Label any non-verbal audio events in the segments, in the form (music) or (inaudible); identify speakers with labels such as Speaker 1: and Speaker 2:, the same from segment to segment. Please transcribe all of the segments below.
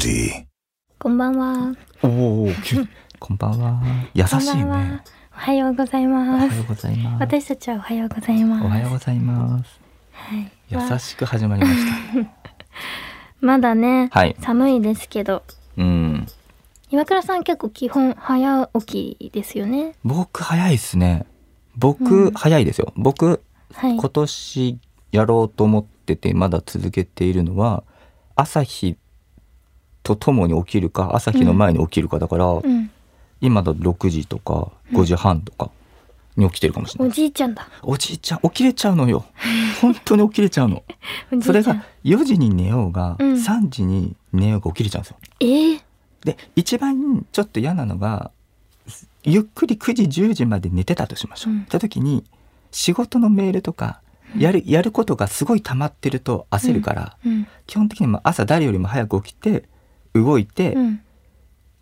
Speaker 1: テ
Speaker 2: こんばんは。
Speaker 3: おおー、急にこんばんは。優
Speaker 2: こん
Speaker 3: しい
Speaker 2: ばん
Speaker 3: ね
Speaker 2: は。。おはようござい
Speaker 3: おは
Speaker 2: ま
Speaker 3: よ
Speaker 2: す
Speaker 3: う。ございます。
Speaker 2: 私たちはおはようございます。
Speaker 3: おはようございます。
Speaker 2: はい。
Speaker 3: 優しく始まりまし
Speaker 2: まだね、
Speaker 3: はい
Speaker 2: 寒いですけど、
Speaker 3: た。うん。
Speaker 2: 岩倉さん結構基本早起きですよね。
Speaker 3: 僕早いっすね。
Speaker 2: う
Speaker 3: 僕
Speaker 2: ん
Speaker 3: 早いですよ。僕
Speaker 2: はい。
Speaker 3: 今年やろうと思っててまだ続けているのは朝日とともに起きるか朝日の前に起きるかだから、
Speaker 2: うん。
Speaker 3: 今だと6時とか5時半とかに起きてるかもしれ
Speaker 2: お
Speaker 3: ない。
Speaker 2: じいちゃんだ。
Speaker 3: おじいちゃん起きれちゃうのよ。本当に起きれちゃうの。
Speaker 2: おじいちゃん。
Speaker 3: それが4時に寝ようが、
Speaker 2: うん
Speaker 3: 3時に寝ようが起きれちゃうんですよ。
Speaker 2: えー、
Speaker 3: で一番ちょっと嫌なのがゆっくり9時10時まで寝てたとしましょう。
Speaker 2: うん
Speaker 3: た時に仕事のメールとかやるやることがすごい溜まってると焦るから、
Speaker 2: うん。
Speaker 3: 基本的にもう朝誰よりも早く起きて動いて、
Speaker 2: うん。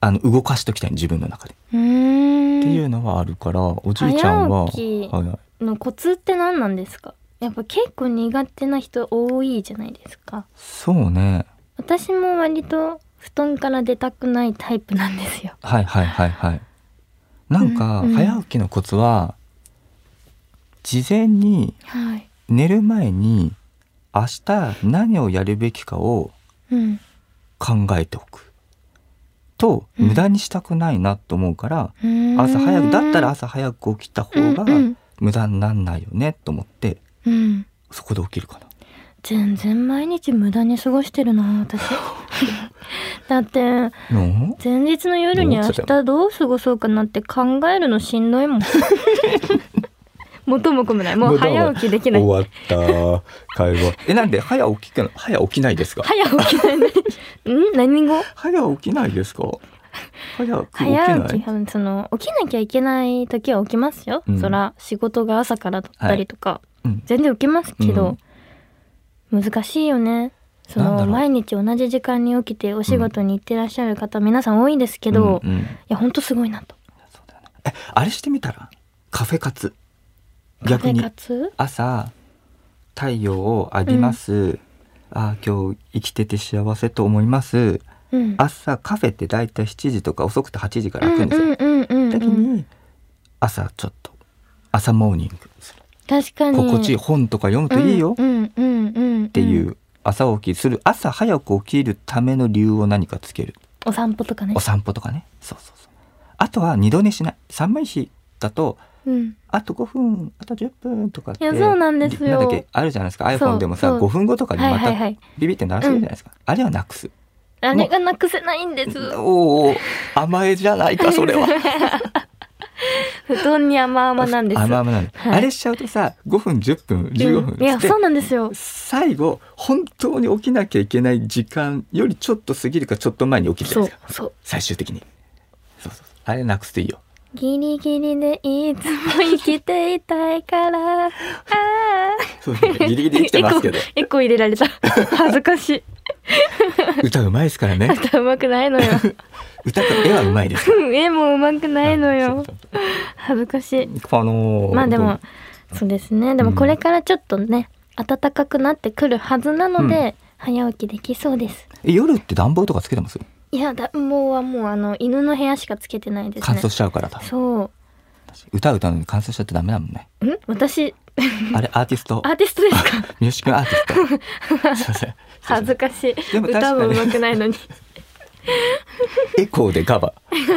Speaker 3: あの動かしときたい自分の中で、
Speaker 2: うーん。
Speaker 3: っていうのはあるからおじいちゃんは
Speaker 2: 早起き
Speaker 3: 早い
Speaker 2: のコツって何なんですかやっぱ結構苦手な人多いじゃないですか
Speaker 3: そうね
Speaker 2: 私も割と布団から出たくないタイプなんですよ
Speaker 3: はいはいはいはい。なんか
Speaker 2: うんうん
Speaker 3: 早起きのコツは事前に
Speaker 2: はい
Speaker 3: 寝る前に明日何をやるべきかを
Speaker 2: うん
Speaker 3: 考えておくと
Speaker 2: うん
Speaker 3: 無駄にしたくないなと思うから、朝早くだったら朝早く起きた方が
Speaker 2: うん
Speaker 3: 無駄になんないよねと思って
Speaker 2: うん
Speaker 3: そこで起きるかな。
Speaker 2: 全然毎日無駄に過ごしてるな (laughs) 私だって
Speaker 3: うん
Speaker 2: 前日の夜に明日どう過ごそうかなって考えるのしんど (laughs) いもん元も子もないもう早起きできない
Speaker 3: わった会話。 (laughs) えなんで早起きか早起きないですか。
Speaker 2: 早起きない (laughs) ん何語
Speaker 3: 早起きないですか。早く起きない。
Speaker 2: 早起きその起きなきゃいけない時は起きますよ、
Speaker 3: うん
Speaker 2: そら仕事が朝からだったりとか、
Speaker 3: うん
Speaker 2: 全然起きますけど、難しいよねそ
Speaker 3: なんだろう
Speaker 2: の毎日同じ時間に起きてお仕事に行ってらっしゃる方、皆さん多いですけど、
Speaker 3: うん
Speaker 2: い
Speaker 3: うん
Speaker 2: やほんとすごいなと
Speaker 3: そうだよねえあれしてみたらカフェ活
Speaker 2: カフ
Speaker 3: 逆
Speaker 2: ェ
Speaker 3: に
Speaker 2: 活
Speaker 3: 朝太陽を浴びます、あー今日生きてて幸せと思います
Speaker 2: うん
Speaker 3: 朝カフェってだいたい7時とか遅くて8時から
Speaker 2: う
Speaker 3: 開くん
Speaker 2: ん
Speaker 3: ですよ、
Speaker 2: うんうんうん
Speaker 3: 時
Speaker 2: うん
Speaker 3: に朝ちょっと朝モーニングする
Speaker 2: 確かに
Speaker 3: 心地いい本とか読むといいよっ
Speaker 2: うんうんうんうん、って
Speaker 3: いう、朝起きする朝早く起きるための理由を何かつける
Speaker 2: お散歩とかね
Speaker 3: お散歩とかねそうそうそうあとは二度寝しない寒い日だと
Speaker 2: うん
Speaker 3: あと5分あと10分とかって
Speaker 2: いやそうなんですよ
Speaker 3: なんだっけあるじゃないですか
Speaker 2: そう
Speaker 3: iPhone でもさ
Speaker 2: そう
Speaker 3: 5分後とかに
Speaker 2: はい
Speaker 3: ま
Speaker 2: はい
Speaker 3: た
Speaker 2: はい
Speaker 3: ビビって鳴らせるじゃないですか、あれはなくす
Speaker 2: あれがなくせないんです
Speaker 3: おお甘えじゃないかそれは
Speaker 2: 布団に甘々なんです
Speaker 3: 甘々なんです
Speaker 2: はい
Speaker 3: あれしちゃうとさ5分10分15分
Speaker 2: うんいや
Speaker 3: つって
Speaker 2: そうなんですよ
Speaker 3: 最後本当に起きなきゃいけない時間よりちょっと過ぎるかちょっと前に起きるじゃ
Speaker 2: そ
Speaker 3: ないうですか
Speaker 2: そう
Speaker 3: 最終的にそうそうそうあれなくすといいよ
Speaker 2: ギリギリでいつも生きていたい
Speaker 3: (laughs)
Speaker 2: からああ
Speaker 3: そうですねギリギリ生きてますけど
Speaker 2: エコー入れ
Speaker 3: (laughs)
Speaker 2: られた恥ずかしい
Speaker 3: 歌うまいですからね
Speaker 2: 歌うまくない
Speaker 3: (laughs)
Speaker 2: のよ
Speaker 3: 歌と絵はうまいですから
Speaker 2: 絵もうまくないのよ
Speaker 3: そうそうそう
Speaker 2: 恥ずかしい
Speaker 3: あのー
Speaker 2: まあで
Speaker 3: ど
Speaker 2: も
Speaker 3: う
Speaker 2: そうですねでもこれからちょっとね暖かくなってくるはずなので、早起きできそうです
Speaker 3: え夜って暖房とかつけてます
Speaker 2: いやだもうはもうあの犬の部屋しかつけてないです
Speaker 3: 乾
Speaker 2: ね
Speaker 3: 燥しちゃうからだ
Speaker 2: そ
Speaker 3: 歌歌うのに乾燥しちゃってダメだもんね
Speaker 2: うん私
Speaker 3: あれアーティスト
Speaker 2: アーティストで
Speaker 3: (laughs)
Speaker 2: すか
Speaker 3: ミュージックアーティストす
Speaker 2: (laughs)
Speaker 3: いません
Speaker 2: 恥ずかしい
Speaker 3: でも確か
Speaker 2: 歌
Speaker 3: に
Speaker 2: もうまくない
Speaker 3: (laughs)
Speaker 2: のに
Speaker 3: エコーでカバ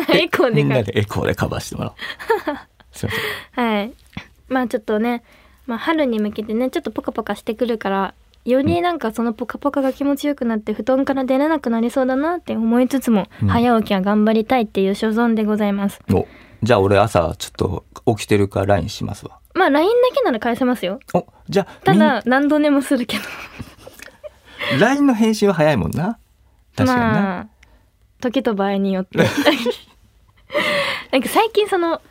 Speaker 2: エコー
Speaker 3: ー
Speaker 2: で
Speaker 3: み
Speaker 2: か
Speaker 3: んなでエコーでカバーしてもらおうすいません
Speaker 2: はい。まあちょっとね、まあ春に向けてね、ちょっとポカポカしてくるから、よりなんかそのポカポカが気持ちよくなって布団から出れなくなりそうだなって思いつつも、
Speaker 3: うん
Speaker 2: 早起きは頑張りたいっていう所存でございます。
Speaker 3: おじゃあ俺朝ちょっと起きてるか LINE しますわ
Speaker 2: まあ LINE だけなら返せますよ。
Speaker 3: おじゃあ
Speaker 2: ただ何度寝もするけど。
Speaker 3: みん LINE の返信は早いもんな確かにな、
Speaker 2: まあ、時と場合によ
Speaker 3: (laughs)
Speaker 2: って。なんか最近その、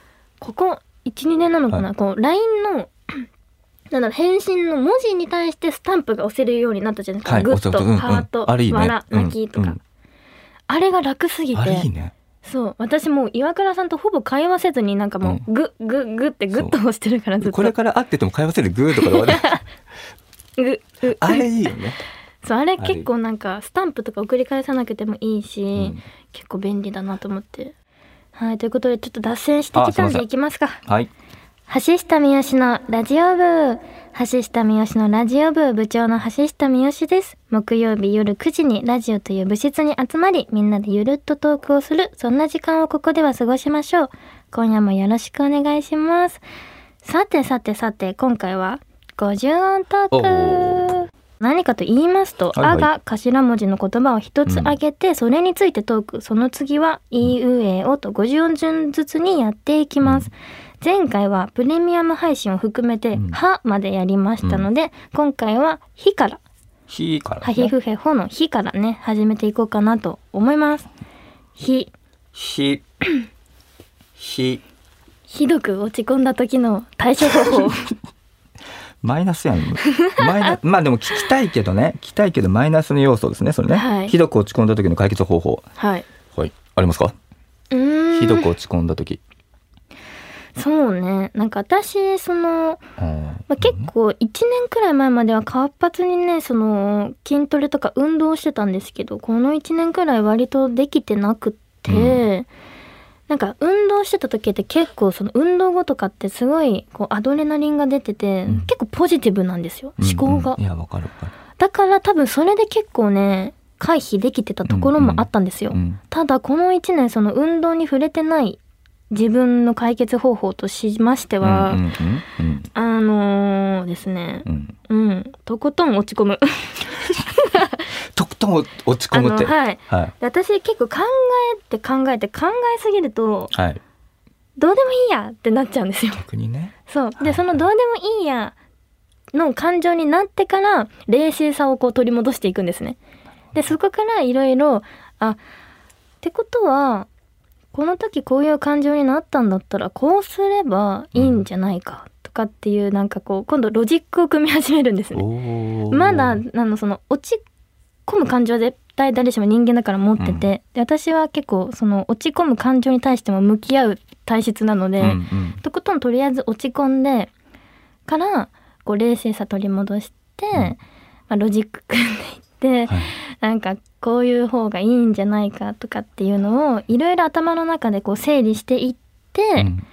Speaker 2: ここ1、2年なのかな、
Speaker 3: はい
Speaker 2: こう LINE の、なんだろう返信の文字に対してスタンプが押せるようになったじゃないですか。グッ
Speaker 3: お
Speaker 2: と、
Speaker 3: そううん
Speaker 2: ハート、
Speaker 3: うんあれいいね
Speaker 2: わら、
Speaker 3: うん
Speaker 2: 泣きとか、
Speaker 3: うん
Speaker 2: あれが楽すぎて。
Speaker 3: あれいいね
Speaker 2: そう。私もう岩倉さんとほぼ会話せずになんかもう、グッ、グッ、グッってグッと押してるからずっと。 (laughs)
Speaker 3: これから会ってても会話せるグーとかで終わる
Speaker 2: グッ、グッ。
Speaker 3: あれいいよね
Speaker 2: そうあれ
Speaker 3: あれ
Speaker 2: 結構なんかスタンプとか送り返さなくてもいいし、
Speaker 3: うん
Speaker 2: 結構便利だなと思って。はいということでちょっと脱線して
Speaker 3: あ
Speaker 2: きた
Speaker 3: すいま
Speaker 2: ん
Speaker 3: せ
Speaker 2: で
Speaker 3: ん
Speaker 2: いきますか。
Speaker 3: はい
Speaker 2: 橋下三好のラジオ部橋下三好のラジオ部部長の橋下三好です木曜日夜9時にラジオという部室に集まりみんなでゆるっとトークをするそんな時間をここでは過ごしましょう今夜もよろしくお願いしますさてさてさて今回は50音ト
Speaker 3: お
Speaker 2: ー
Speaker 3: ー
Speaker 2: ク何かと言いますと
Speaker 3: は
Speaker 2: 「
Speaker 3: いはい
Speaker 2: あ」が頭文字の言葉を一つ挙げて、それについてトークその次は「いいうえお」と50音順ずつにやっていきます、前回はプレミアム配信を含めて
Speaker 3: うん
Speaker 2: 「は」までやりましたので、今回は「ひ」から
Speaker 3: 「ひ」か
Speaker 2: 「
Speaker 3: ら
Speaker 2: はひ
Speaker 3: ね
Speaker 2: ふへほ」の「ひ」からね始めていこうかなと思います「ひ
Speaker 3: 「ひ」「ひ」」
Speaker 2: ひどく落ち込んだ時の対処
Speaker 3: (laughs)
Speaker 2: 方法
Speaker 3: マイナスやん。マイ
Speaker 2: (laughs)
Speaker 3: ナまあでも聞きたいけどね。聞きたいけどマイナスの要素ですね。それね。
Speaker 2: はい
Speaker 3: ひどく落ち込んだ時の解決方法。
Speaker 2: はい
Speaker 3: はい。ありますか？
Speaker 2: うーん
Speaker 3: ひどく落ち込んだ時。
Speaker 2: そうねなんか私その
Speaker 3: うん
Speaker 2: まあ、結構1年くらい前までは活発にねその筋トレとか運動をしてたんですけどこの1年くらい割とできてなくって、
Speaker 3: う
Speaker 2: なんか運動してた時って結構その運動後とかってすごいこうアドレナリンが出てて、
Speaker 3: うん
Speaker 2: 結構ポジティブなんですよ思考が、
Speaker 3: うんうんいやわかるわかる。
Speaker 2: だから多分それで結構ね回避できてたところもあったんですよ、
Speaker 3: うん
Speaker 2: ただこの1年その運動に触れてない自分の解決方法としましては、
Speaker 3: うんうんうん
Speaker 2: あのーですね
Speaker 3: うんうん。
Speaker 2: うん、とことん落ち込む。
Speaker 3: とことん落ち
Speaker 2: あ
Speaker 3: 込む
Speaker 2: の
Speaker 3: って。はい。
Speaker 2: はい。
Speaker 3: はい。
Speaker 2: で私結構考えて考えて考えすぎるとどうでもいいやってなっちゃうんですよ。 (laughs)
Speaker 3: 逆にね。
Speaker 2: そう。でそのどうでもいいやの感情になってから冷静さをこう取り戻していくんですね。でそこからいろいろあってことはこの時こういう感情になったんだったらこうすればいいんじゃないかとかっていうなんかこう今度ロジックを組み始めるんですね。
Speaker 3: おお。
Speaker 2: まだあのその落ち込む感情は絶対誰しも人間だから持っ
Speaker 3: う
Speaker 2: てて、
Speaker 3: ん
Speaker 2: で私は結構その落ち込む感情に対しても向き合う体質なので、
Speaker 3: うんうん
Speaker 2: とことんとりあえず落ち込んでからこう冷静さ取り戻して、
Speaker 3: うん
Speaker 2: まあ、ロジック組んでいって、
Speaker 3: はい
Speaker 2: なんかこういう方がいいんじゃないかとかっていうのをいろいろ頭の中でこう整理していって、
Speaker 3: うん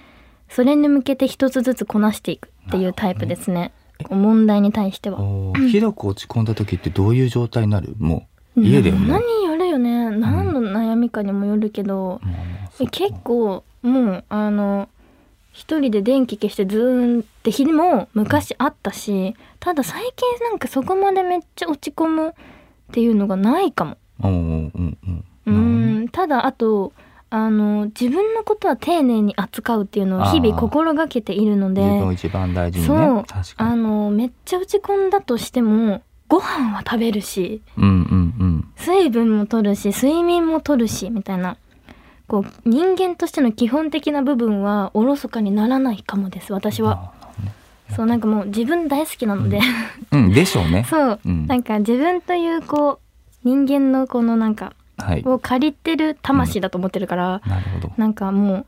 Speaker 2: それに向けて一つずつこなしていくっていうタイプですね。こう問題に対しては。
Speaker 3: おーひどく落ち込んだ時ってどういう状態になる？もう家でもう。
Speaker 2: 何やるよね何の悩みかにもよるけど、
Speaker 3: もう
Speaker 2: 結構もうあの一人で電気消してズーンって日も昔あったしただ最近なんかそこまでめっちゃ落ち込むっていうのがないかも。
Speaker 3: うんうんうん
Speaker 2: う
Speaker 3: うん。
Speaker 2: んただあとあの自分のことは丁寧に扱うっていうのを日々心がけているので
Speaker 3: 自分を一番大事にね。
Speaker 2: そう
Speaker 3: 確かに
Speaker 2: あ。のめっちゃ落ち込んだとしてもご飯は食べるし
Speaker 3: うんうん
Speaker 2: 水分も取るし睡眠も取るしみたいなこう人間としての基本的な部分はおろそかにならないかもです私
Speaker 3: うん。
Speaker 2: は
Speaker 3: あなるほどね
Speaker 2: そうなんかもう自分大好きなので、。
Speaker 3: うんでしょうね
Speaker 2: (laughs) そう、
Speaker 3: うん
Speaker 2: なんか自分というこう人間のこのなんか
Speaker 3: はい。
Speaker 2: を借りてる魂だと思ってるから、
Speaker 3: なるほど。
Speaker 2: なんかも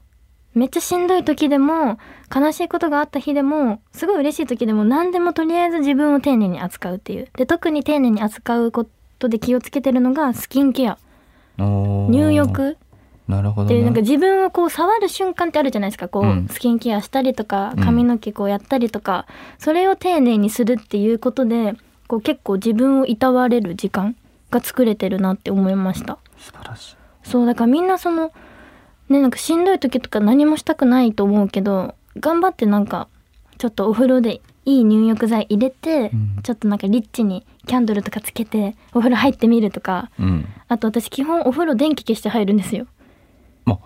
Speaker 2: うめっちゃしんどい時でも悲しいことがあった日でもすごい嬉しい時でも何でもとりあえず自分を丁寧に扱うっていうで特に丁寧に扱うことで気をつけてるのがスキンケア
Speaker 3: おー
Speaker 2: 入浴
Speaker 3: なるほど
Speaker 2: で
Speaker 3: ね。
Speaker 2: なんか自分をこう触る瞬間ってあるじゃないですかこう、
Speaker 3: うん
Speaker 2: スキンケアしたりとか
Speaker 3: うん
Speaker 2: 髪の毛こうやったりとか、それを丁寧にするっていうことでこう結構自分をいたわれる時間が作れてるなって思いました
Speaker 3: 素晴らしい。
Speaker 2: そうだからみんなそのねなんかしんどい時とか何もしたくないと思うけど頑張ってなんかちょっとお風呂でいい入浴剤入れて、
Speaker 3: うん
Speaker 2: ちょっとなんかリッチにキャンドルとかつけてお風呂入ってみるとか
Speaker 3: うん。
Speaker 2: あと私基本お風呂電気消して入るんですよ
Speaker 3: ま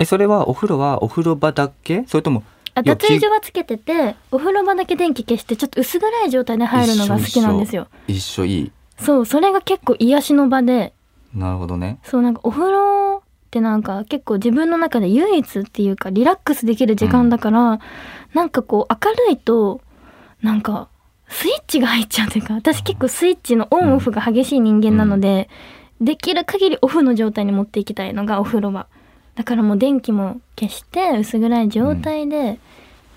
Speaker 3: えそれはお風呂はお風呂場だけ？それとも
Speaker 2: あ脱衣所はつけててお風呂場だけ電気消してちょっと薄暗い状態で入るのが好きなんですよ。
Speaker 3: 一緒いい。
Speaker 2: そうそれが結構癒しの場で
Speaker 3: なるほどね。
Speaker 2: そうなんかお風呂ってなんか結構自分の中で唯一っていうかリラックスできる時間だから、なんかこう明るいとなんかスイッチが入っちゃうというか私結構スイッチのオンオフが激しい人間なので、できる限りオフの状態に持っていきたいのがお風呂はだからもう電気も消して薄暗い状態で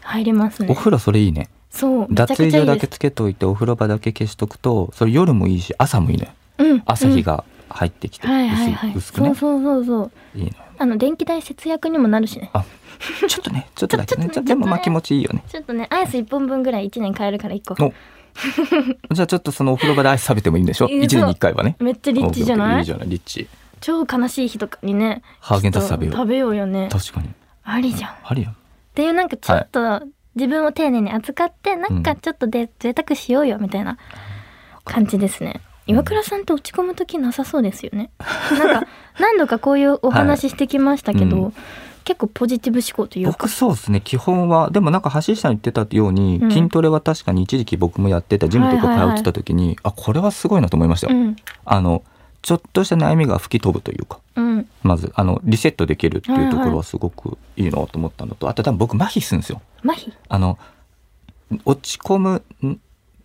Speaker 2: 入れますね、
Speaker 3: お風呂それいいね。
Speaker 2: そうめちゃ
Speaker 3: 脱衣
Speaker 2: くちゃ
Speaker 3: 所
Speaker 2: いい
Speaker 3: だ
Speaker 2: で
Speaker 3: け
Speaker 2: す
Speaker 3: つけといてお風呂場だけ消しとくとそれ夜もいいし朝もいいね。
Speaker 2: うん
Speaker 3: 朝日が入ってきて、
Speaker 2: はいはいはい
Speaker 3: 薄薄く
Speaker 2: そ
Speaker 3: ね
Speaker 2: うそうそうそう
Speaker 3: いいのよ
Speaker 2: あの電気代節約にもなるしね
Speaker 3: あちょっとねちょっとだけね
Speaker 2: ちょっとね
Speaker 3: でもまあ
Speaker 2: ちょっとね
Speaker 3: 気持ちいいよ
Speaker 2: (laughs)
Speaker 3: ね
Speaker 2: ちょっとねアイス1本分ぐらい1年買えるから1個
Speaker 3: おじゃあちょっとそのお風呂場でアイス食べてもいいんでしょ
Speaker 2: いいぞ
Speaker 3: 一年に一回はね
Speaker 2: めっちゃリッチじゃない
Speaker 3: いいじゃないリッチ
Speaker 2: 超悲しい日とかにね
Speaker 3: ハーゲンダッツ
Speaker 2: ちょっ
Speaker 3: 食
Speaker 2: と
Speaker 3: べよう
Speaker 2: 食べようよね
Speaker 3: 確かに
Speaker 2: ありじゃんっ
Speaker 3: あるやん
Speaker 2: ていうなんかちょっと自分を丁寧に扱ってなんかちょっとで贅沢しようよみたいな感じですね岩倉さんって落ち込む時なさそうですよね
Speaker 3: (laughs)
Speaker 2: なんか何度かこういうお話してきましたけど、
Speaker 3: はいう
Speaker 2: 結構ポジティブ思考というか
Speaker 3: 僕そうですね基本はでもなんか橋下さん言ってたように、
Speaker 2: うん
Speaker 3: 筋トレは確かに一時期僕もやってたジムと
Speaker 2: はい
Speaker 3: か
Speaker 2: はい
Speaker 3: 通
Speaker 2: は
Speaker 3: っ
Speaker 2: い
Speaker 3: てた時に、あこれはすごいなと思いましたよ、
Speaker 2: うん
Speaker 3: あのちょっとした悩みが吹き飛ぶというか
Speaker 2: うん
Speaker 3: まずあのリセットできるっていうとこ
Speaker 2: はい
Speaker 3: ろ
Speaker 2: は
Speaker 3: はすごくいいなと思ったのと、あと多分僕麻痺するんですよ
Speaker 2: 麻痺
Speaker 3: あの落ち込むん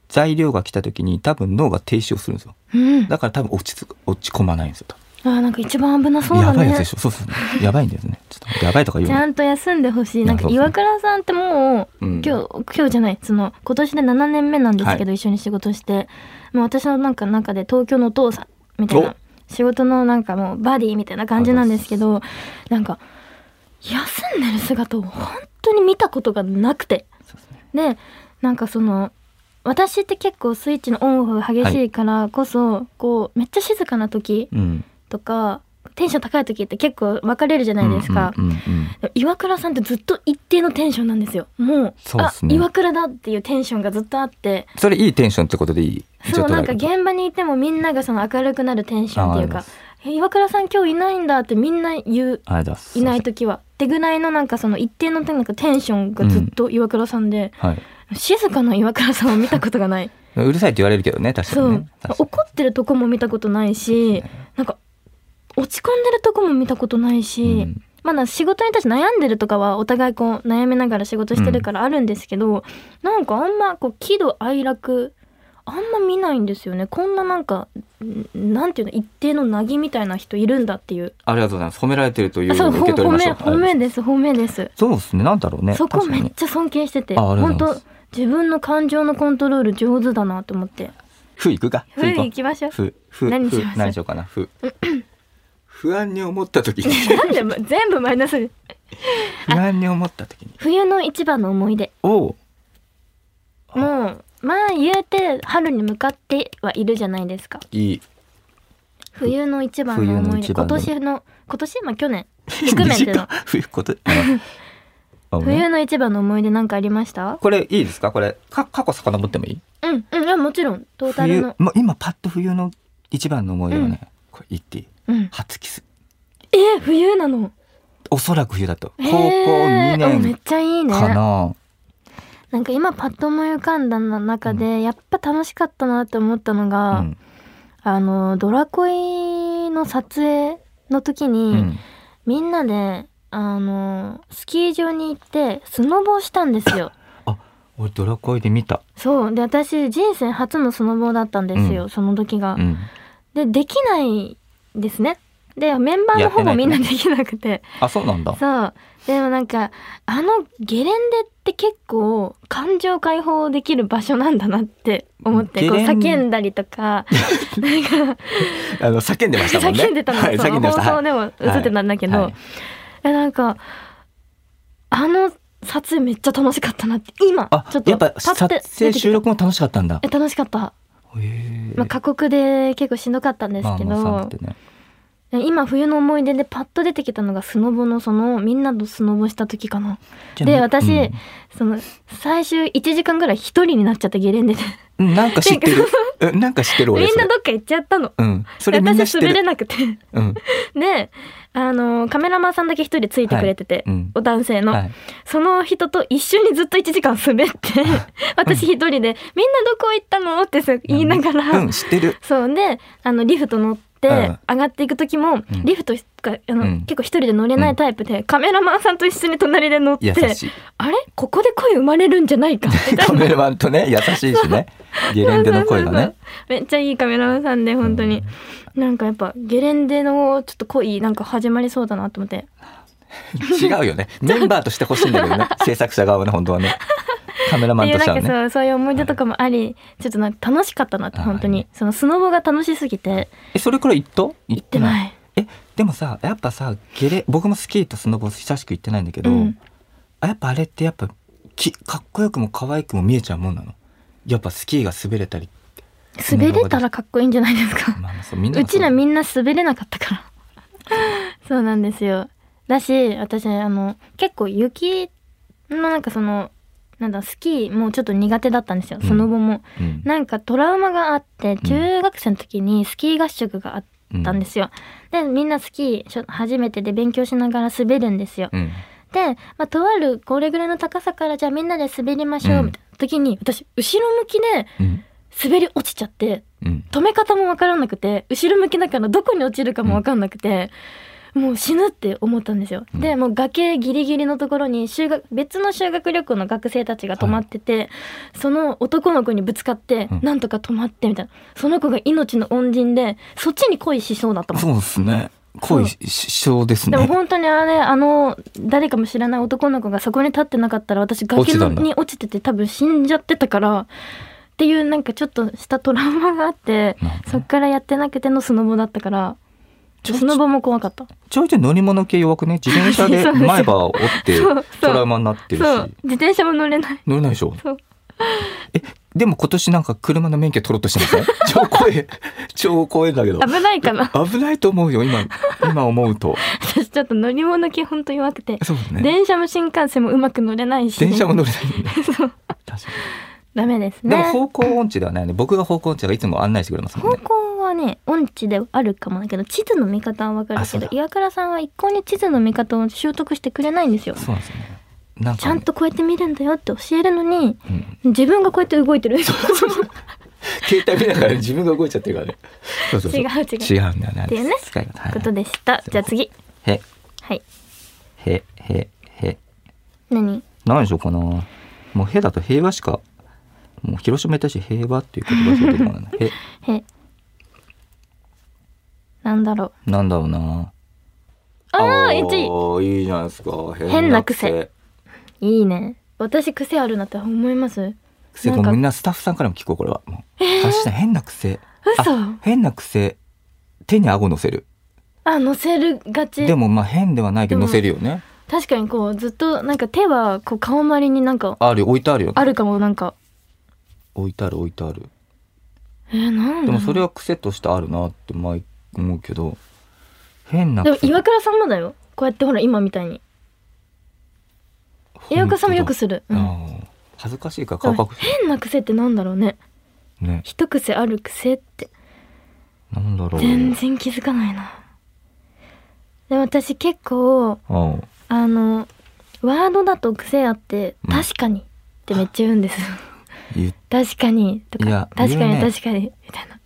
Speaker 3: 材料が来た時に多分脳が停止をするんですよ
Speaker 2: うん
Speaker 3: だから多分落ちつ落ち込まないんですよ多分
Speaker 2: あーなんか一番危なそうだ
Speaker 3: やばい
Speaker 2: ね
Speaker 3: やつでしょそうそうそうやばいんだよねちょっとやばいとか言う
Speaker 2: ち
Speaker 3: の
Speaker 2: ゃんと休んでほしい。
Speaker 3: いや
Speaker 2: なんか
Speaker 3: そうそう
Speaker 2: 岩倉さんってもう、
Speaker 3: うん
Speaker 2: 今日今日じゃないその今年で7年目なんですけど、一緒に仕事して、もう私のなんか中で東京のお父さんみたいな仕事のなんかもうバディみたいな感じなんですけど、なんか休んでる姿を本当に見たことがなくて、
Speaker 3: そうですね
Speaker 2: でなんかその私って結構スイッチのオンオフが激しいからこそ、こうめっちゃ静かな時
Speaker 3: うん
Speaker 2: とかテンション高い時って結構分かれるじゃないですか。
Speaker 3: うんうんうんうん
Speaker 2: 岩倉さんってずっと一定のテンションなんですよもう
Speaker 3: そうっすね
Speaker 2: あ岩倉だっていうテンションがずっとあって
Speaker 3: それいいテンションってことでいい
Speaker 2: そうなんか
Speaker 3: ー
Speaker 2: 現場にいてもみんながその明るくなるテンションっていう
Speaker 3: あありま
Speaker 2: か
Speaker 3: す
Speaker 2: 「え岩倉さん今日いないんだ」ってみんな言う
Speaker 3: あれだす
Speaker 2: いない時はってぐらいのなんかその一定のなんかテンションがずっと岩倉さんで、
Speaker 3: はい。
Speaker 2: 静かな岩倉さんを見たことがない
Speaker 3: うるさいって言われるけどね確か
Speaker 2: そ
Speaker 3: に
Speaker 2: う、
Speaker 3: ね確かに
Speaker 2: 怒ってるとこも見たことないし、なんか落ち込んでるとこも見たことないし、
Speaker 3: うん
Speaker 2: まだ仕事に対して悩んでるとかはお互いこう悩みながら仕事してるからあるんですけど、なんかあんまこう喜怒哀楽あんま見ないんですよねこんななんかんなんていうの一定のなぎみたいな人いるんだっていう
Speaker 3: ありがとうございます褒められてるという
Speaker 2: あ
Speaker 3: の
Speaker 2: そ
Speaker 3: を
Speaker 2: う
Speaker 3: 受
Speaker 2: ほ
Speaker 3: け取
Speaker 2: 褒
Speaker 3: りま
Speaker 2: め
Speaker 3: しょう
Speaker 2: 褒
Speaker 3: はい
Speaker 2: めです褒めです、
Speaker 3: そうですねなんだろうね
Speaker 2: そこ
Speaker 3: 確か
Speaker 2: め
Speaker 3: に
Speaker 2: っちゃ尊敬してて
Speaker 3: あありがと
Speaker 2: 本
Speaker 3: うございま
Speaker 2: 当
Speaker 3: す
Speaker 2: 自分の感情のコントロール上手だなと思って
Speaker 3: ふいくか
Speaker 2: ふう
Speaker 3: こ
Speaker 2: 行きましょう
Speaker 3: ふふ
Speaker 2: 何し
Speaker 3: ふ
Speaker 2: ましょう
Speaker 3: 何しようかなふ不安に思った時
Speaker 2: (laughs)
Speaker 3: に
Speaker 2: なんでま全部マイナスで
Speaker 3: 不安に思った時に
Speaker 2: 冬の一番の思い出
Speaker 3: おう
Speaker 2: もうまあ言うて春に向かってはいるじゃないですか
Speaker 3: いい
Speaker 2: 冬の一番の思い
Speaker 3: 冬の一
Speaker 2: 出
Speaker 3: 番
Speaker 2: 今
Speaker 3: の
Speaker 2: 年の今年まあ去年含めての
Speaker 3: 冬ことあのあのね
Speaker 2: 冬の一番の思い出なんかありました
Speaker 3: これいいですかこれか過去遡ってもいい
Speaker 2: うんうんいやもちろんトータル
Speaker 3: 冬
Speaker 2: の
Speaker 3: もう今パッと冬の一番の思い出はね、これ言っていい
Speaker 2: うん
Speaker 3: 初キス
Speaker 2: えー冬なの
Speaker 3: おそらく冬だと高校
Speaker 2: えー
Speaker 3: 2
Speaker 2: あめっ
Speaker 3: 年
Speaker 2: ちゃいいね
Speaker 3: かな、
Speaker 2: なんか今パッと思い浮かんだ中で、やっぱ楽しかったなって思ったの
Speaker 3: う
Speaker 2: が、
Speaker 3: ん
Speaker 2: あのドラコイの撮影の時に、
Speaker 3: うん
Speaker 2: みんなであのスキー場に行ってスノボをしたんで
Speaker 3: (laughs)
Speaker 2: すよ
Speaker 3: あ俺ドラコイで見た、
Speaker 2: そうで私人生初のスノボだったんですよ、
Speaker 3: うん
Speaker 2: その時が、
Speaker 3: うん、
Speaker 2: でできないですねでメンバーもほぼみんなできなくて
Speaker 3: あそうなんだ
Speaker 2: そうでもなんかあのゲレンデって結構感情解放できる場所なんだなって思ってこう
Speaker 3: ゲレン
Speaker 2: 叫んだりとかなんか
Speaker 3: あの叫んでましたもんね
Speaker 2: 叫んでたの、
Speaker 3: はい、
Speaker 2: そ
Speaker 3: 叫
Speaker 2: の
Speaker 3: んでました
Speaker 2: 放
Speaker 3: は
Speaker 2: 送
Speaker 3: い
Speaker 2: でも映ってたんだけど、
Speaker 3: はいはい
Speaker 2: えなんかあの撮影めっちゃ楽しかったなって今
Speaker 3: あ
Speaker 2: ちょっと
Speaker 3: やっぱ
Speaker 2: パッ
Speaker 3: 撮
Speaker 2: て出
Speaker 3: 影
Speaker 2: てき
Speaker 3: 収
Speaker 2: た
Speaker 3: 録も楽しかったんだ
Speaker 2: え楽しかった
Speaker 3: へえ
Speaker 2: まあ、過酷で結構しんどかったんですけど、
Speaker 3: まあまあ寒くてね
Speaker 2: 今冬の思い出でパッと出てきたのがスノボのそのみんなとスノボした時かな
Speaker 3: じゃあ
Speaker 2: で私、
Speaker 3: うん
Speaker 2: その最終1時間ぐらい一人になっちゃったゲレンデで
Speaker 3: うんなんか知ってるうんなんか知ってる
Speaker 2: みん
Speaker 3: 俺それ
Speaker 2: などっか行っちゃったの
Speaker 3: うんそれみんな知
Speaker 2: 私
Speaker 3: って
Speaker 2: 滑れ
Speaker 3: る
Speaker 2: なくて (laughs)
Speaker 3: うん
Speaker 2: であのカメラマンさんだけ一人ついてくれてて、
Speaker 3: はいうん
Speaker 2: お男性の、
Speaker 3: はい
Speaker 2: その人と一緒にずっと1時間滑って
Speaker 3: (laughs)
Speaker 2: 私一人で「みんなどこ行ったの?」ってさ言いながら、
Speaker 3: うん知ってる
Speaker 2: そうであのリフト乗って
Speaker 3: うん
Speaker 2: 上がっていく時も、
Speaker 3: ん
Speaker 2: リフトがあの、
Speaker 3: うん
Speaker 2: 結構一人で乗れないタイプで、カメラマンさんと一緒に隣で乗って
Speaker 3: 優しい
Speaker 2: あれここで恋生まれるんじゃないかみたい
Speaker 3: カ
Speaker 2: な
Speaker 3: メラマンとね優しいしね (laughs) ゲレンデの声が
Speaker 2: そうそう
Speaker 3: ね
Speaker 2: そうめっちゃいいカメラマンさんで本当に、なんかやっぱゲレンデのちょっと恋なんか始まりそうだなと思って
Speaker 3: 違うよねメンバーとして欲しいんだけどね制作者側はね本当はねカメラ
Speaker 2: っ
Speaker 3: マ
Speaker 2: て
Speaker 3: ンと
Speaker 2: いう
Speaker 3: して
Speaker 2: なん
Speaker 3: は
Speaker 2: か
Speaker 3: ね
Speaker 2: そうそういう思い出とかもありちょっとなんか楽しかったなって
Speaker 3: あ
Speaker 2: 本当に、
Speaker 3: はい
Speaker 2: そのスノボが楽しすぎて
Speaker 3: えそれから行った行っ
Speaker 2: でない
Speaker 3: えでもさやっぱさゲレ僕もスキーとスノボ久しく行ってないんだけど、
Speaker 2: うん
Speaker 3: あやっぱあれってやっぱきかっこよくも可愛くも見えちゃうもんなのやっぱスキーが滑れたり、
Speaker 2: 滑れたらかっこいいんじゃないですか
Speaker 3: まあまあそうみんな
Speaker 2: う
Speaker 3: がそう
Speaker 2: ちらみんな滑れなかったから (laughs) そうなんですよだし私あの結構雪のなんかそのなんだスキーもうちょっと苦手だったんですよ
Speaker 3: うん
Speaker 2: スノボも、
Speaker 3: うん
Speaker 2: なんかトラウマがあって中学生の時にスキー合宿があったんですよ、でみんなスキーしょ初めてで勉強しながら滑るんですよ、
Speaker 3: うん
Speaker 2: で、まあ、とあるこれぐらいの高さからじゃあみんなで滑りましょうみたいな時に、私後ろ向きで
Speaker 3: うん
Speaker 2: 滑り落ちちゃって
Speaker 3: うん
Speaker 2: 止め方もわからなくて後ろ向きだからどこに落ちるかもわかんなくて、もう死ぬって思ったんですよ。
Speaker 3: うん
Speaker 2: でもう崖ギリギリのところに修学別の修学旅行の学生たちが泊まってて、その男の子にぶつかって、
Speaker 3: うん
Speaker 2: なんとか止まってみたいなその子が命の恩人でそっちに恋しそうだったもん。
Speaker 3: そうですね恋ししそうです
Speaker 2: でも
Speaker 3: ね
Speaker 2: 本当にあれあの誰かも知らない男の子がそこに立ってなかったら私崖
Speaker 3: 落ちた
Speaker 2: の
Speaker 3: んだ
Speaker 2: に落ちてて多分死んじゃってたからっていうなんかちょっとしたトラウマがあって
Speaker 3: なるほどね
Speaker 2: そっからやってなくてのスノボだったから
Speaker 3: ちょ
Speaker 2: スノボも怖かった
Speaker 3: ちょいちょい乗り物系弱くね自転車で
Speaker 2: (laughs) そうです
Speaker 3: 前歯を折って
Speaker 2: そうそう
Speaker 3: トラウマになってるし
Speaker 2: そう自転車も乗れない
Speaker 3: 乗れないでしょ
Speaker 2: そう
Speaker 3: えでも今年なんか車の免許取ろうとしてません (laughs) 超怖い超怖いんだけど
Speaker 2: 危ないかな
Speaker 3: (laughs) 危ないと思うよ今今思うと
Speaker 2: 私ちょっと乗り物系ほんと弱くて
Speaker 3: そうね
Speaker 2: 電車も新幹線もうまく乗れないし
Speaker 3: 電車も乗れないんだ
Speaker 2: (laughs) そ
Speaker 3: 確
Speaker 2: う
Speaker 3: か
Speaker 2: ダメです
Speaker 3: にでも
Speaker 2: ね
Speaker 3: 方向音痴ではないね僕が方向音痴だからいつも案内してくれますもん
Speaker 2: 方
Speaker 3: ね
Speaker 2: 向はね音痴であるかもだけど地図の見方はわか
Speaker 3: あ
Speaker 2: る
Speaker 3: そ
Speaker 2: け
Speaker 3: うだ
Speaker 2: ど岩倉さんは一向に地図の見方を習得してくれないんですよ。
Speaker 3: そうなんですよねなんかね
Speaker 2: ちゃんとこうやって見るんだよって教えるのに
Speaker 3: うん
Speaker 2: 自分がこうやって動いてる違
Speaker 3: 携帯見ながら自分が動いちゃってるからねそうそう
Speaker 2: う
Speaker 3: そう
Speaker 2: (laughs) 違
Speaker 3: 違
Speaker 2: うって
Speaker 3: うんだよね
Speaker 2: ていうね
Speaker 3: 使い方はい
Speaker 2: ことでしたじゃあ次
Speaker 3: へ
Speaker 2: はい
Speaker 3: へへへ
Speaker 2: 何
Speaker 3: 何でしょうかなもう「へ」だと平和しかもう広島行ったし平和っていう言葉しか出てこないな
Speaker 2: (laughs)
Speaker 3: へ
Speaker 2: へなんだろう
Speaker 3: なんだろうな
Speaker 2: ああ1
Speaker 3: ーいいじゃないですか
Speaker 2: 変な癖位いいね私癖あるなって思います
Speaker 3: 癖
Speaker 2: なん
Speaker 3: も
Speaker 2: か
Speaker 3: うみんなスタッフさんからも聞こうこれはもう、確かに変な癖
Speaker 2: 嘘
Speaker 3: あ変な癖手に顎乗せる
Speaker 2: あ乗せるがち
Speaker 3: でもまあ変ではないけど
Speaker 2: で
Speaker 3: 乗
Speaker 2: も
Speaker 3: せるよね
Speaker 2: 確かにこうずっとなんか手はこう顔周りになんか
Speaker 3: あるよ置いてあるよね
Speaker 2: あるかもなんか
Speaker 3: 置いてある置いてある
Speaker 2: えー、なんだろう
Speaker 3: でもそれは癖としてあるなって毎思うけど変な
Speaker 2: でも
Speaker 3: 癖
Speaker 2: 岩倉さんもだよこうやってほら今みたいに岩倉さんもよく
Speaker 3: す
Speaker 2: する、うん
Speaker 3: 恥ずかしいから顔隠
Speaker 2: 変な癖ってなんだろうね
Speaker 3: すね
Speaker 2: 一癖ある癖って
Speaker 3: なんだろう
Speaker 2: 全然気づかないなでも私結構
Speaker 3: うん
Speaker 2: あのワードだと癖あって「
Speaker 3: うん
Speaker 2: 確かに」ってめっちゃ言う
Speaker 3: (laughs)
Speaker 2: んです
Speaker 3: 言
Speaker 2: 「確かに」と
Speaker 3: い
Speaker 2: か
Speaker 3: や
Speaker 2: 「確か
Speaker 3: 言う
Speaker 2: に
Speaker 3: ね
Speaker 2: 確かに」みたいな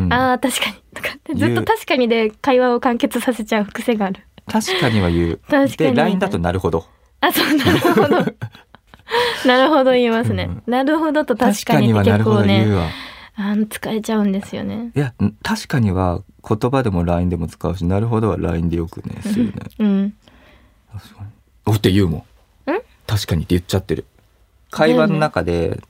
Speaker 3: うん
Speaker 2: 「ああ確かに」とかってずっ
Speaker 3: 言
Speaker 2: と「
Speaker 3: う
Speaker 2: 確かに」で会話を完結させちゃう癖がある
Speaker 3: 確かには言う
Speaker 2: 確かに
Speaker 3: で LINE だとなるほど
Speaker 2: あそうなる
Speaker 3: (laughs)
Speaker 2: ほどなるほど言いますね
Speaker 3: うん
Speaker 2: なるほどと確
Speaker 3: 確
Speaker 2: か
Speaker 3: か
Speaker 2: に
Speaker 3: に
Speaker 2: っ
Speaker 3: は
Speaker 2: て
Speaker 3: なる
Speaker 2: 結
Speaker 3: ほ
Speaker 2: 構
Speaker 3: ど言
Speaker 2: ね
Speaker 3: うわ
Speaker 2: あの使えちゃうんですよね
Speaker 3: いやん確かには言葉でも LINE でも使うしなるほどは LINE でよくね
Speaker 2: (laughs)
Speaker 3: するね
Speaker 2: うん
Speaker 3: 確かにおって言うもん確かにって言っちゃってる会話の中で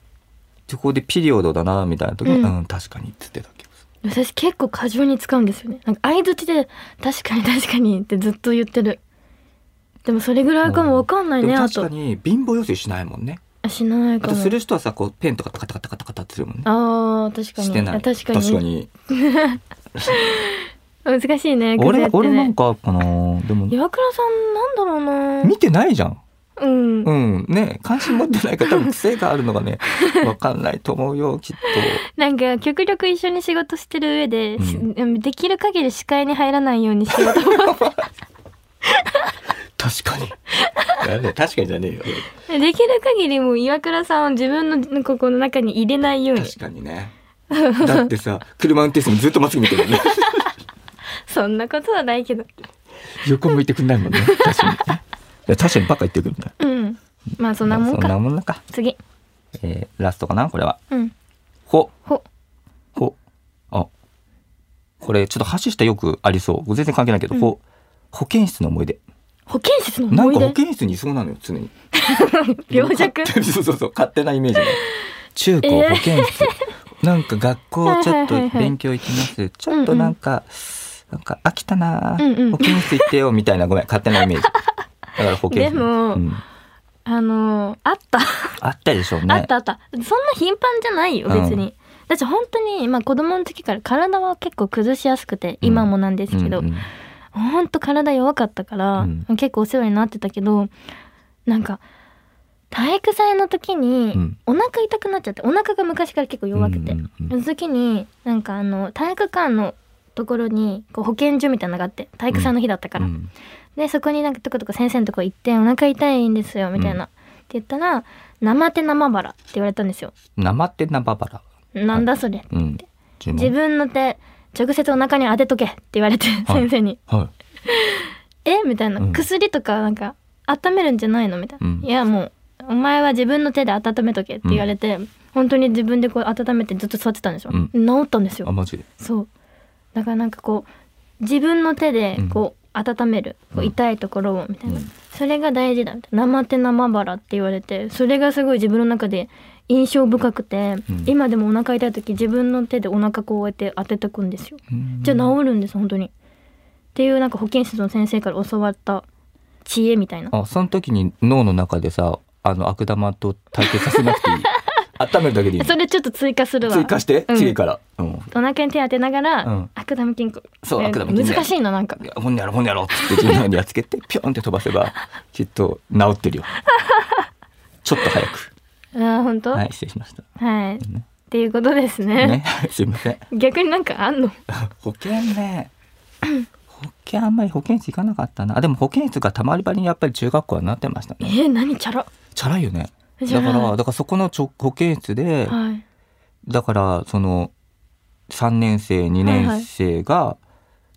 Speaker 3: そこでピリオドだなみたいな時に
Speaker 2: う
Speaker 3: うんん、確かにっつってたけど
Speaker 2: 私結構過剰に使うんですよねなんか相槌で「確かに確かに」ってずっと言ってるでもそれぐらいかもわかんない
Speaker 3: で
Speaker 2: ね
Speaker 3: も
Speaker 2: あ
Speaker 3: 確か
Speaker 2: と
Speaker 3: に貧乏寄せしないもんね
Speaker 2: あしない
Speaker 3: あ
Speaker 2: か
Speaker 3: と
Speaker 2: も
Speaker 3: する人はさこうペンとかカタカタカタカタってするもんね
Speaker 2: あー確かに
Speaker 3: してない
Speaker 2: あ確かに難しいねグレー
Speaker 3: 俺
Speaker 2: って
Speaker 3: 俺なん
Speaker 2: ね
Speaker 3: かかなでも
Speaker 2: 岩倉さんなんだろうな
Speaker 3: 見てないじゃん
Speaker 2: うん
Speaker 3: うんね関心持ってないから多分癖があるのが
Speaker 2: (laughs)
Speaker 3: ねわかんないと思うよきっ
Speaker 2: なんか極力一緒に仕事してる上で、し
Speaker 3: う
Speaker 2: できる限り視界に入らないようにしよう
Speaker 3: (laughs)
Speaker 2: と思っ
Speaker 3: と確かになんだよ (laughs) 確かにじゃねえよ
Speaker 2: てできる限りもう岩倉さんを自分のここの中に入れないように
Speaker 3: 確かにねだってさ車運転手もずっとまっすぐ見てるもんね
Speaker 2: そんなことはないけど
Speaker 3: (laughs) 横向いてくんないもんね確かにねいや確かにバカ言ってくるんだ
Speaker 2: うんまあそんなもん
Speaker 3: そんな
Speaker 2: か
Speaker 3: もんなか、
Speaker 2: 次
Speaker 3: えー、ラストかなこれは
Speaker 2: うん
Speaker 3: ほ
Speaker 2: ほ
Speaker 3: ほあこれちょっと橋下よくありそう全然関係ないけど、
Speaker 2: うん
Speaker 3: ほ保健室の思い出
Speaker 2: 保健室の
Speaker 3: なん
Speaker 2: 思い
Speaker 3: か保
Speaker 2: 出
Speaker 3: 健室にいそうなのよ常に
Speaker 2: 病弱
Speaker 3: 勝手にそうそうそう勝手なイメージが
Speaker 2: (laughs)
Speaker 3: 中高
Speaker 2: えー
Speaker 3: 保健室、なんか学校ちょっと
Speaker 2: はいはいはいはい
Speaker 3: 勉強行きます、ちょっとなんか、なんか飽きたな、
Speaker 2: うんうん
Speaker 3: 保健室行ってよみたいなごめん勝手な
Speaker 2: (laughs)
Speaker 3: イメージだから保健室
Speaker 2: でも
Speaker 3: うん
Speaker 2: あのーあった、
Speaker 3: あったでしょうね
Speaker 2: あったあったそんな頻繁じゃないよ別に、だって本当にまあ子供の時から体は結構崩しやすくて
Speaker 3: うん
Speaker 2: 今もなんですけど、
Speaker 3: うんうん
Speaker 2: ほんと体弱かったから、
Speaker 3: うん
Speaker 2: 結構お世話になってたけどなんか体育祭の時に
Speaker 3: うん
Speaker 2: お腹痛くなっちゃってお腹が昔から結構弱くて、
Speaker 3: うんうんうん
Speaker 2: その時になんかあの体育館のところにこう保健所みたいなのがあって体育祭の日だったから、
Speaker 3: うん
Speaker 2: でそこになんかとことこ先生のとこ行ってお腹痛いんですよみたい
Speaker 3: う
Speaker 2: な、
Speaker 3: ん
Speaker 2: って言ったら「生手生バラ」って言われたんですよ。
Speaker 3: 生って生バラ、
Speaker 2: なんだそれ、
Speaker 3: うん、自
Speaker 2: 自分の手直接お腹に当てとけって言われて
Speaker 3: はい
Speaker 2: 先生に
Speaker 3: は
Speaker 2: えみたいな、
Speaker 3: うん
Speaker 2: 薬とかなんか温めるんじゃないのみたいな、
Speaker 3: うん
Speaker 2: いやもうお前は自分の手で温めとけって言われて、本当に自分でこう温めてずっと座ってたんですよ、
Speaker 3: うん
Speaker 2: 治ったんです
Speaker 3: い
Speaker 2: よ
Speaker 3: あマジ
Speaker 2: そうだからなんかこう自分の手でこう温める、
Speaker 3: う
Speaker 2: こうん痛いところをみたいな、
Speaker 3: うん
Speaker 2: それが大事だみたいな生手生バラって言われてそれがすごい自分の中で印象深くて、
Speaker 3: うん
Speaker 2: 今でもお腹痛い時自分の手でお腹こうやって当ててくんですよ
Speaker 3: うん
Speaker 2: じゃあ治るんです本当に。っていうなんか保健室の先生から教わった知恵みたいな。
Speaker 3: あその時に脳の中でさあの悪玉と対決させなく
Speaker 2: (laughs)
Speaker 3: ていい温めるだけでいい
Speaker 2: それちょっと追加するわ。
Speaker 3: 追加して、
Speaker 2: うん
Speaker 3: 次から、うん、
Speaker 2: お腹に手当てながら、
Speaker 3: うん
Speaker 2: 悪玉菌こ
Speaker 3: そう
Speaker 2: えー
Speaker 3: 悪玉菌ね
Speaker 2: 難しいのなんか
Speaker 3: い。やほんにゃろほんにゃろっつって自分にやっつけてピョンって飛ばせばきっと治ってるよちょっと早く
Speaker 2: あー本当。は、
Speaker 3: はいい失礼しましたね
Speaker 2: っていうことですね。
Speaker 3: ね (laughs) すいません
Speaker 2: 逆になんかあんの。
Speaker 3: 保険ね保険あんまり保健室行かなかったなあでも保健室がたまり場にやっぱり中学校はなってました
Speaker 2: え
Speaker 3: ね
Speaker 2: ー、何チャラ。
Speaker 3: チャラいよね
Speaker 2: チャ
Speaker 3: だ
Speaker 2: ラ
Speaker 3: か
Speaker 2: い
Speaker 3: らだからそこのちょ保健室で、
Speaker 2: はい。
Speaker 3: だからその3年生2年生が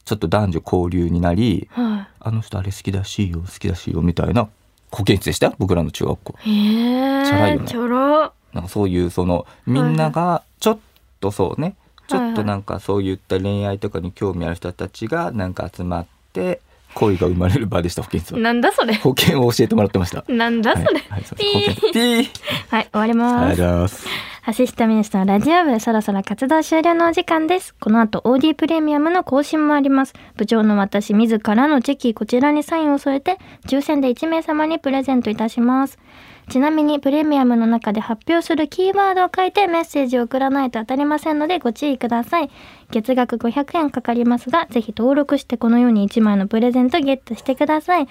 Speaker 3: ちょっと男女交流になり、
Speaker 2: は
Speaker 3: あの人あれ好きだしいよ好きだしいよみたいな保健室でしたよ僕らの中学校
Speaker 2: い。ええ
Speaker 3: チャラいよ
Speaker 2: ー。
Speaker 3: ね
Speaker 2: チャラ。
Speaker 3: なんかそういうそのみんながちょっとそうね、
Speaker 2: はいはい
Speaker 3: ちょっとなんかそういった恋愛とかに興味ある人たちがなんか集まって恋が生まれる場でした保健室は
Speaker 2: なんだそれ。
Speaker 3: 保健を教えてもらってました
Speaker 2: なんだそれ。
Speaker 3: はい、はい、そう
Speaker 2: ピ
Speaker 3: です保健
Speaker 2: ー。
Speaker 3: ピー
Speaker 2: はい、終わります。
Speaker 3: ありがとうございます
Speaker 2: アシスタミネストのラジオ部そろそろ活動終了のお時間です。この後 OD プレミアムの更新もあります。部長の私自らのチェキこちらにサインを添えて抽選で1名様にプレゼントいたします。ちなみにプレミアムの中で発表するキーワードを書いてメッセージを送らないと当たりませんのでご注意ください。月額500円かかりますが、ぜひ登録してこのように1枚のプレゼントゲットしてください。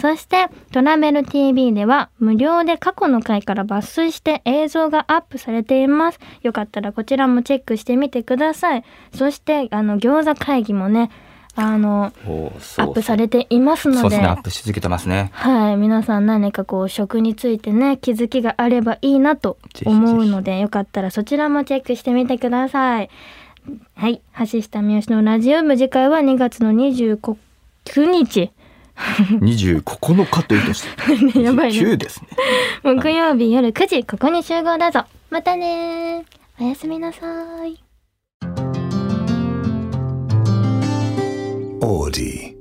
Speaker 2: そして、トラベル TV では無料で過去の回から抜粋して映像がアップされています。よかったらこちらもチェックしてみてください。そして、あの、餃子会議もね、あの、
Speaker 3: おーそ
Speaker 2: ア
Speaker 3: う
Speaker 2: ップされています
Speaker 3: そう
Speaker 2: の
Speaker 3: です
Speaker 2: で
Speaker 3: ねア、ップし続けてますね
Speaker 2: はい、皆さん何かこう食についてね気づきがあればいいなと思うのでよかったらそちらもチェックしてみてください。はい、橋下三好のラジオ部次回は2月の29日 (laughs)
Speaker 3: 29日というとして
Speaker 2: やばいね
Speaker 3: 29ですね
Speaker 2: (laughs) 木曜日夜9時ここに集合だぞ。またねーおやすみなさーい。
Speaker 1: Audi.